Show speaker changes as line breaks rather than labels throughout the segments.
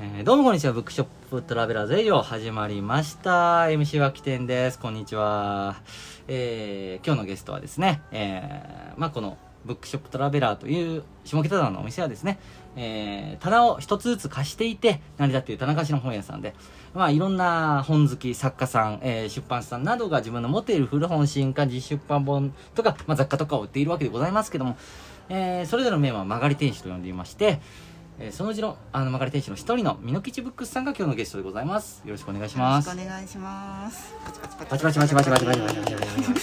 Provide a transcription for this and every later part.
えーどうもこんにちは、ブックショップトラベラーズ営業始まりました。MC は起点です。こんにちは。えー今日のゲストはですね、えーまあこのブックショップトラベラーという下北沢のお店はですね、えー棚を一つずつ貸していて、成り立っている棚貸しの本屋さんで、まあいろんな本好き、作家さん、えー出版社さんなどが自分の持っている古本、新刊、実出版本とか、まあ雑貨とかを売っているわけでございますけども、えーそれぞれのメンバーは曲がり天使と呼んでいまして、えーそのうちのあの曲がり天使の一人の美濃吉ブックスさんが今日のゲストでございますよろしくお願いし
よろ
ま
し
す
くお願いします。
パチパチパチパチパチパチパチパチパチパチ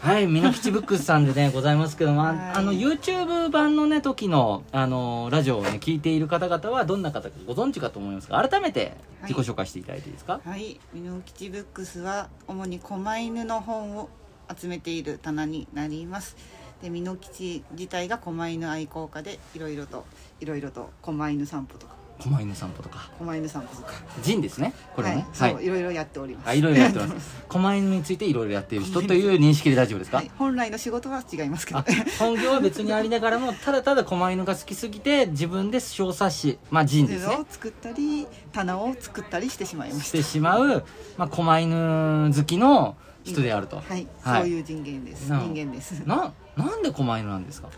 はい美濃吉ブックスさんでねございますけどもあ
はい
あの YouTube 版のね時のあのラジオをね聞いている方々はどんな方かご存知かと思いますが改めて自己紹介していただいていいですか、
はい、ミノキチブックスは主に狛犬の本を集めている棚になります。で、ミノキチ自体が狛犬愛好家で、いろいろと、いろいろと狛犬散歩とか、
狛犬散歩とか
狛犬散歩とか。
ジンですねこれね
は、
はいい、
そう、いろいろやっております。
あいろいろやってます狛犬についていろいろやっている人という認識で大丈夫ですか、
はい本来の仕事は違いますけど
あ。本業は別にありながらもただただ狛犬が好きすぎて自分で小冊子まあ人です
図を
ね
作ったり、棚を作ったりしてしまいま
し
して
しまう、まあ、狛犬好きの人であると、
た。はい、
はい
そういう人間です。
なるほ
人
ど
間です。
ななんで狛犬なんですか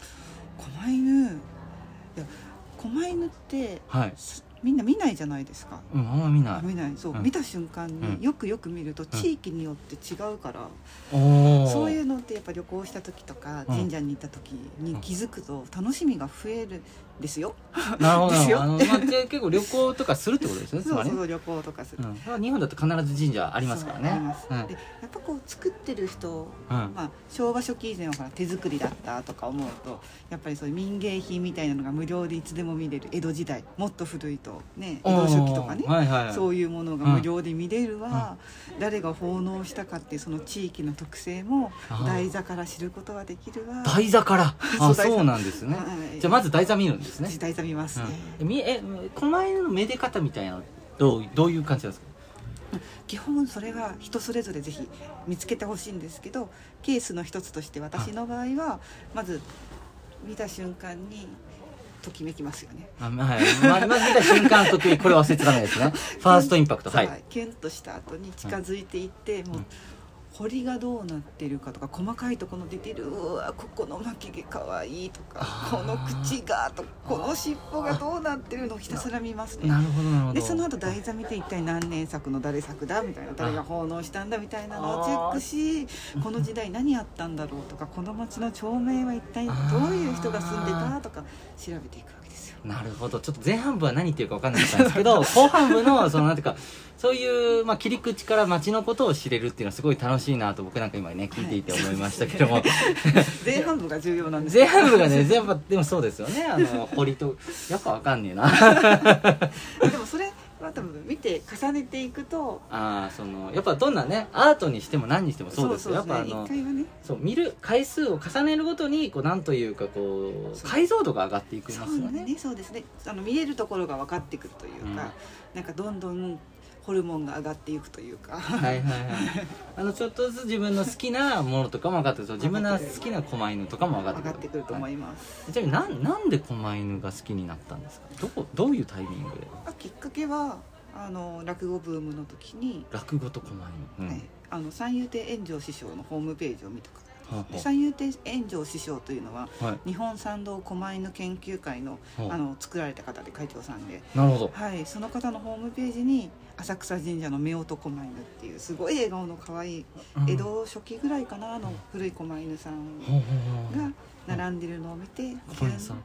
狛犬。いや、狛犬って。
はい、
すみんな見ないじゃないですか
うん、あんま見ない
見ないそう、
うん
見た瞬間
うん
によくよく見ると地域によって違うから、
おお
そういううのってやっぱ旅行した時とか
うん
神社に行った時に気づくと楽しみが増えるんですよ、
なるほ
です
ど
よ
あの、まあ、で結構旅行とかするってことですよねつ
そ
ま
う
り
そ
ね
う旅行とかする、
うん、まあ日本だと必ず神社ありますからね
そうあります
うん
でやっぱこう作ってる人、
うん
まあ、昭和初期以前はほら手作りだったとか思うとやっぱりそういう民芸品みたいなのが無料でいつでも見れる江戸時代もっと古いとね江戸初期とかね
おーはいはい
そういうものが無料で見れるは、誰が奉納したかっていうその地域の特性も
あー
台座から知ることができるわ。
台座からあ
そう台座
そうなんですね
はい
じゃあまず台座見るんですね
台座見ますね。
うんみえ狛犬のめで方みたいなのどうどういう感じなんですか
基本それは人それぞれぜひ見つけてほしいんですけど、ケースの一つとして私の場合はまず見た瞬間にときめきますよね。
あまはい、ままず見た瞬間の時これは忘れちゃダメです ねファーストインパクト
そ
は
う
い
キュンとした後に近づいていって、もう、
うん
彫りがどうなってるかとか細かいところ出てるうわここの巻き毛かわいいとか
あ
こ
ー
の口がとかこの尻尾がどうなってるのをひたすら見ますね
なるほどなるほど
でその後台座見て一体何年作の誰作だみたいな誰が奉納したんだみたいなのをチェックしこの時代何あったんだろうとかこの町の町名は一体どういう人が住んでたとか調べていくわけですよ。
なるほどちょっと前半部は何言ってるか分かんなかったんですけ ど後半部のそのなんていうかそういう、まあ、切り口から街のことを知れるっていうのはすごい楽しいなと僕なんか今ね聞いていて思いましたけども、
前半部が重要なんです
前半部が ね全部でもそうですよねあの堀とやっぱ分かんねえな
でもそれは多分見て重ねていくと
あーそのやっぱどんなねアートにしても何にしてもそうですよ
そ
や
うね
っぱあの
一回はね
そう見る回数を重ねるごとにこうなんというかこう
そう
解像度が上がっていき
そ
ま
う
すよ
ね
ね
そうですねあの見れるところが分かってくるというか、
うん
なんかどんどんホルモンが上がっていくというか、
はいはいはいあのちょっとずつ自分の好きなものとかも分かってくると自分の好きな狛犬とかも分かって
上
く
が
る
ってくると思います、
はいちなみになんなんで狛犬が好きになったんですかどこどういうタイミングで
あきっかけはあの落語ブームの時に、
落語と狛犬、うん
ねあの三遊亭円城師匠のホームページを見たか
は
らで三遊亭円城師匠というのは
あはあはい
日本参道狛犬研究会の
はあ
あの作られた方で会長さんで
なるほど
はい、その方のホームページに浅草神社の夫婦狛犬っていうすごい笑顔の可愛い江
うん
戸初期ぐらいかなあの古い狛犬さん
ほうほうほう
が並んでるのを見てキ
狛
ュン
犬さん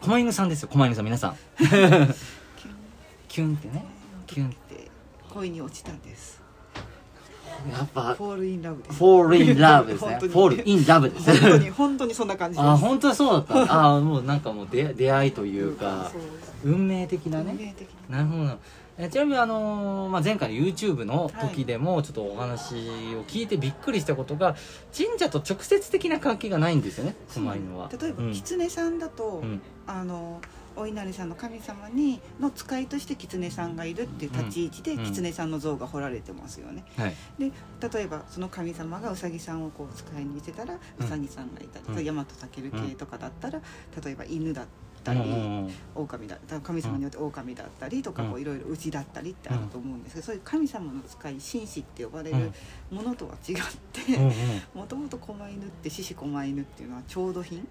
狛犬さんですよ狛犬さん皆さん
キュン
キュンってねキュン
って恋に落ちたんです
やっぱ
フォールインラ ブです
フォールインラブですね
本
フォー
当に
ルインラブです
本当に本当にそんな感じです
あ本当にそうだったんだ あーもうなんかもう出出会いというか
そう
運命的な
運
ね
命的に
なるほどえちなみに、あのーまあ、前回の YouTube の時でもちょっとお話を聞いてびっくりしたことが神社と直接的な関係がないんですよね狛犬は
例えば、
うん
狐さんだと、
うん
あのお稲荷さんの神様にの使いとして狐さんがいるっていう立ち位置で、
うん
狐さんの像が彫られてますよね
はい
で例えばその神様がうさぎさんをこう使いに見せたら
うん
うさぎさんがいたり、
うん
大和健系とかだったら例えば犬だったり、
うんうんうん
狼だだ神様によって狼だったりとか
うん
こういろいろ牛だったりってあると思うんですけどそういう神様の使い神使って呼ばれ
う
る
ん
ものとは違っ
うんう
て
ん
もともと狛犬って獅子狛犬っていうのは調度品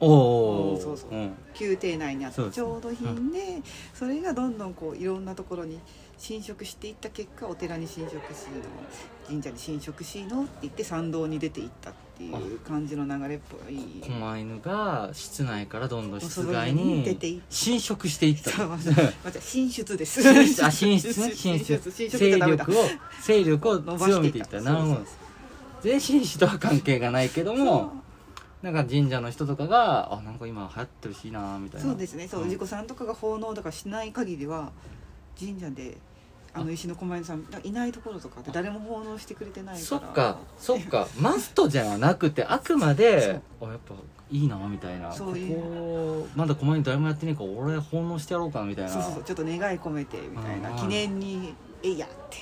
おーお
うんそうそう
うん
宮廷内にあっ
そう
た
ですね
調度品でそれがどんどんこういろんなところに侵食していった結果お寺に侵食しいの神社に侵食しいのって言って参道に出ていったっていう感じの流れっぽい。
狛犬が室内からどんどん室外
外に出てい
に
っ
侵食していった
そうま た進出です。
あ進出ね進出
進出
勢
ダメだ
力を勢力を
伸ば
強
して
め
い
てい
っ
ったたなるほ
そ
ど
うそう
全身師とは関係がないけど
そう
もなんか神社の人とかがあなんか今流行ってるしなみたいな
そうですねそう
うん
氏子さんとかが奉納とかしない限りは神社であの石の狛犬さんだいないところとかって誰も奉納してくれてないから
そっかそっかマストじゃなくてあくまであやっぱいいなみたいな
そういう
ここまだ狛犬誰もやってねえから俺奉納してやろうかなみたいな
そうそうそうちょっと願い込めてみたいな
うん
記念にえいやって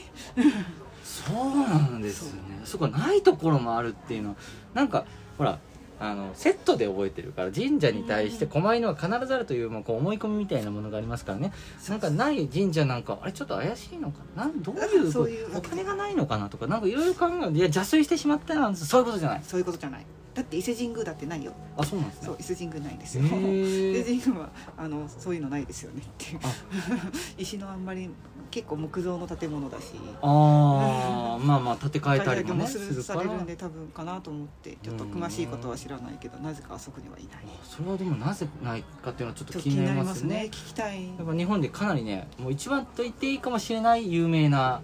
そうなんですねそこないところもあるっていうのはなんかほらあのセットで覚えてるから神社に対して狛犬は必ずあるという,、まあ、こう思い込みみたいなものがありますからねなんかない神社なんかあれちょっと怪しいのかななんどういう
そういう
お金がないのかなとかなんかいろいろ考えるいや邪推してしまったらそういうことじゃない
そういうことじゃないだって伊勢神宮だってないよ
あそうなんですね
そう伊勢神宮ないんです
へ
よ伊勢
ー
神宮はあのそういうのないですよねっていう
あ
石のあんまり結構木造の建物だし
ああまあまあ建て替えたりも
も
ね
す
す
る
るか
され
ら
るんで多分かなと思ってちょっと詳しいことは知らないけどなぜかあそこにはいない
あそれはでもなぜないかっていうのはちょっ
ち
と
ょ
気
っと気
に
に
な
な
り
り
ま
ますす
よね
ね聞きたい
やっぱ日本でかなりねもう一番と言っていいかもしれない有名な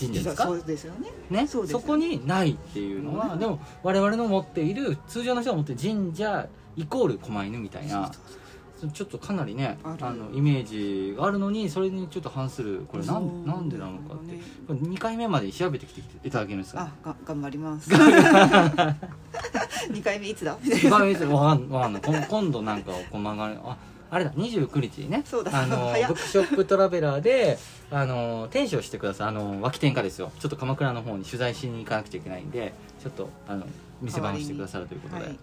神社ですか
そうですよね
ね
そうです
こにないっていうのは、
うん
でも我々の持っている通常の人が持っている神社イコール狛犬みたいな
そうそう
ちょっとかなりね
ある
のイメージがあるのにそれにちょっと反するこれな
そ
ん
う
なんでなのかって、
ね
これ2回目まで調べてきていただけるんですか
あが頑張ります 二回目いつだ
2回目ですわかんわかんないこん今度なんかをこう曲がるああれだ29日にね
そうだ
あの
早っ
ブックショップトラベラーであの店主をしてくださいあの脇店家ですよちょっと鎌倉の方に取材しに行かなくちゃいけないんでちょっとあの店番をしてくださるということで、
はい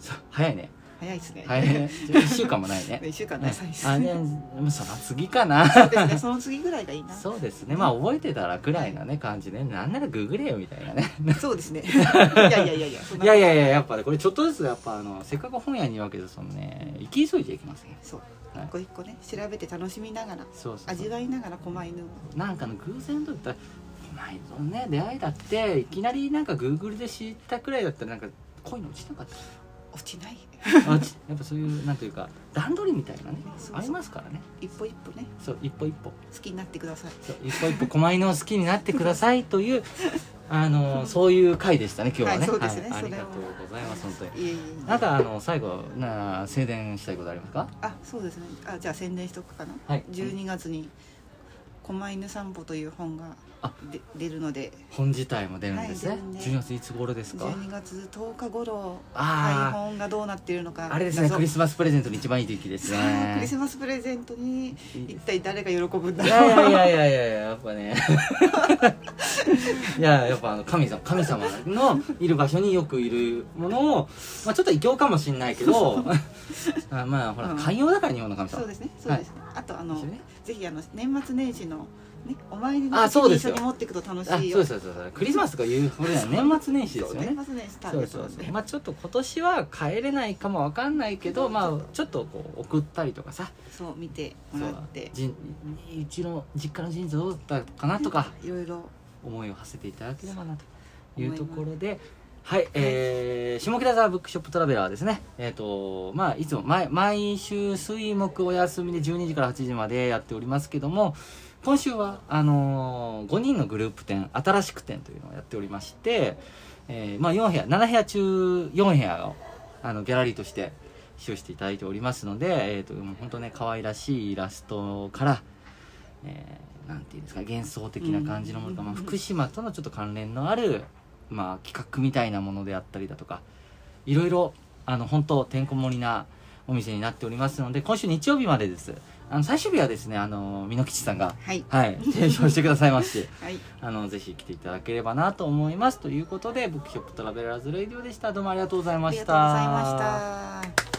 そう早いね
早いですね、
早いね1週間もない ね
一週間ないです
あね
ね
もうその次かな
そう ですねその次ぐらいがいいな
そうですねまあ覚えてたらぐらいなね感じねなんならググれよみたいなね
そうで すねいやいやいやいや そんない
やいやいややっぱねこれちょっとずつやっぱあのせっかく本屋にいるわけですもんね行き急いでいきますね
そう
はい
一個一個ね調べて楽しみながら
そうそう
味わいながら狛犬を
なんかの偶然とったこないぞね出会いだっていきなりなんかグーグルで知ったくらいだったらなんか恋に落ちな かった
落ちない
あちやっぱそういうなんというか段取りみたいなね
そうそう
ありますからね
一歩一歩ね
そう一歩一歩
好きになってください
そう一歩一歩狛犬を好きになってくださ いというあのそういう回でしたね今日はね,、
はいそうですね
あ
そ
り
れ
が
は
とうございます本当に
いえいえいえ
なんかあの最後な静電したいことありますか
あそうですねあじゃあ宣伝しとくかな、
はい
12月に「狛犬散歩」という本が
あ
で出るので
本自体も出るんですね
はい出るんで
12月いつ頃ですか
12月10日頃
あー
本がどうなっているのか
あれですね
謎
クリスマスプレゼントに一番いい時期です
さあク
ね
リスマスプレゼント
い
に
いで
一
す
体誰が喜ぶん だ
い
ろう
やいやいやいやいややっぱね いややっぱあの神様神様のいる場所によくいるものを、まあ、ちょっと異教かもしれないけ どあまあほら
うん
寛容だから日本の神様
そうですねそうですね、あとあの
一緒にね
ぜひあの年末年始の、ね、お参りの
あそう
時に
です
一緒
よ
に持っていくと楽
あそう
し
で
いよ
すそうですそうですクリスマスとかいうこれは年末年始ですよね
年末年始ター
そ
ゲ
う
ット
そ
な
うんそ
で
うまあちょっと今年は帰れないかもわかんないけどまあちょっとこう送ったりとかさ
そう見てもらって
じんうちの実家の神社どうだったかなとか
いろいろ
思いを馳せていただければなというところで。はい、えー、下北沢ブックショップトラベラーですね。えっ、と、まあ、いつも毎、毎週水木お休みで12時から8時までやっておりますけども、今週は、あのー、5人のグループ展、新しく展というのをやっておりまして、えー、まあ、4部屋、7部屋中4部屋を、あの、ギャラリーとして使用していただいておりますので、えっ、と、もう本当ね、可愛らしいイラストから、えー、なんていうんですか、幻想的な感じのものとか、
うん
まあ、福島とのちょっと関連のある、まあ、企画みたいなものであったりだとかいろいろあの本当てんこ盛りなお店になっておりますので今週日曜日までですあの最終日はですねあの美濃吉さんが
はい
はい提唱してくださいまして
はい
あのぜひ来ていただければなと思いますということでブックショップトラベラーズレイディオでしたどうもありがとうござい
あ
ま
り
し
が
た
とうございました。